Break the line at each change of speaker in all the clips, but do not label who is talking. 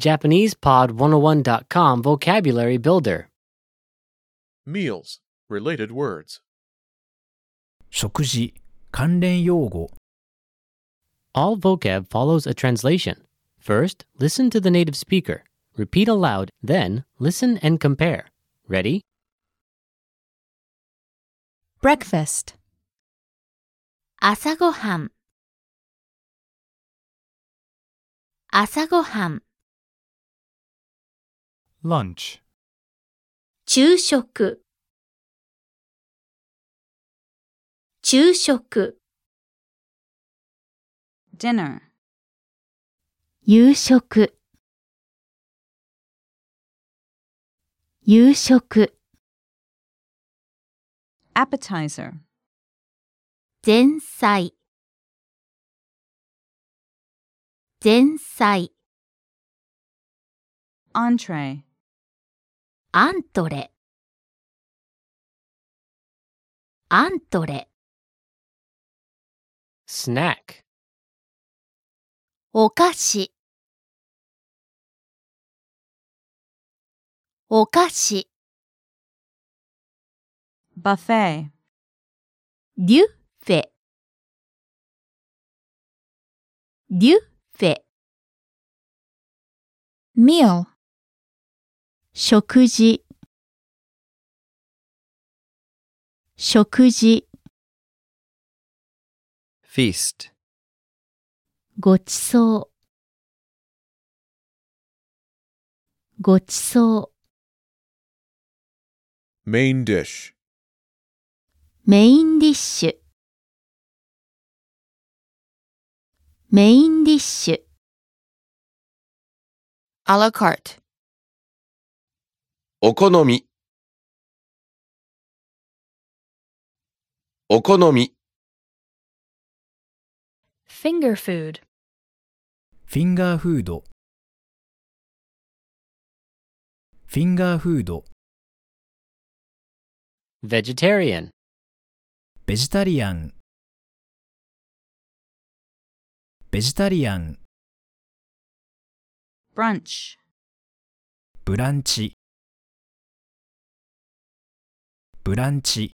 JapanesePod101.com Vocabulary Builder.
Meals. Related words.
食事関連用語
All vocab follows a translation. First, listen to the native speaker. Repeat aloud, then, listen and compare. Ready?
breakfast 朝ごはん朝ごはん
lunch,
昼食昼食 dinner 夕食夕食
appetizer,
前菜前菜
entree,
アントレアントレ
Snack.
お菓子お菓子
buffet,
デュッフェデュッフェ meal 食事食事
Feast.
ごちそうごちそう
Main dish.
メインディッシュメインディッシュアラカート
お好み、お好み、
finger food
フィンガーフードフィンガーフード
Vegetarian.
ベジタリアンベジタリアン
brunch,
ブランチブランチ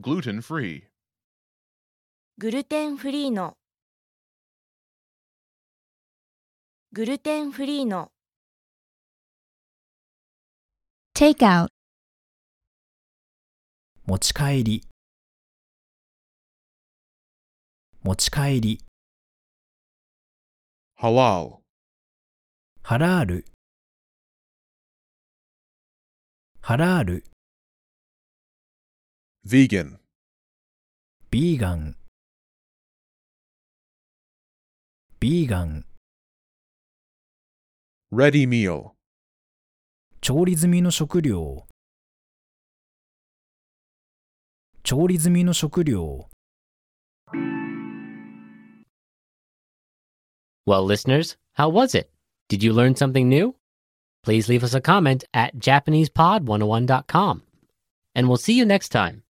Gluten free.
グルテンフリーのグルテンフリーの
take out
持ち帰り持ち帰り
Halal.
ハラールハラール
Vegan.
ビーガンビーガン
Ready meal.
調理済みの食料調理済みの食料
Well, listeners, how was it? Did you learn something new? oh Please leave us a comment at JapanesePod101.com. And we'll see you next time.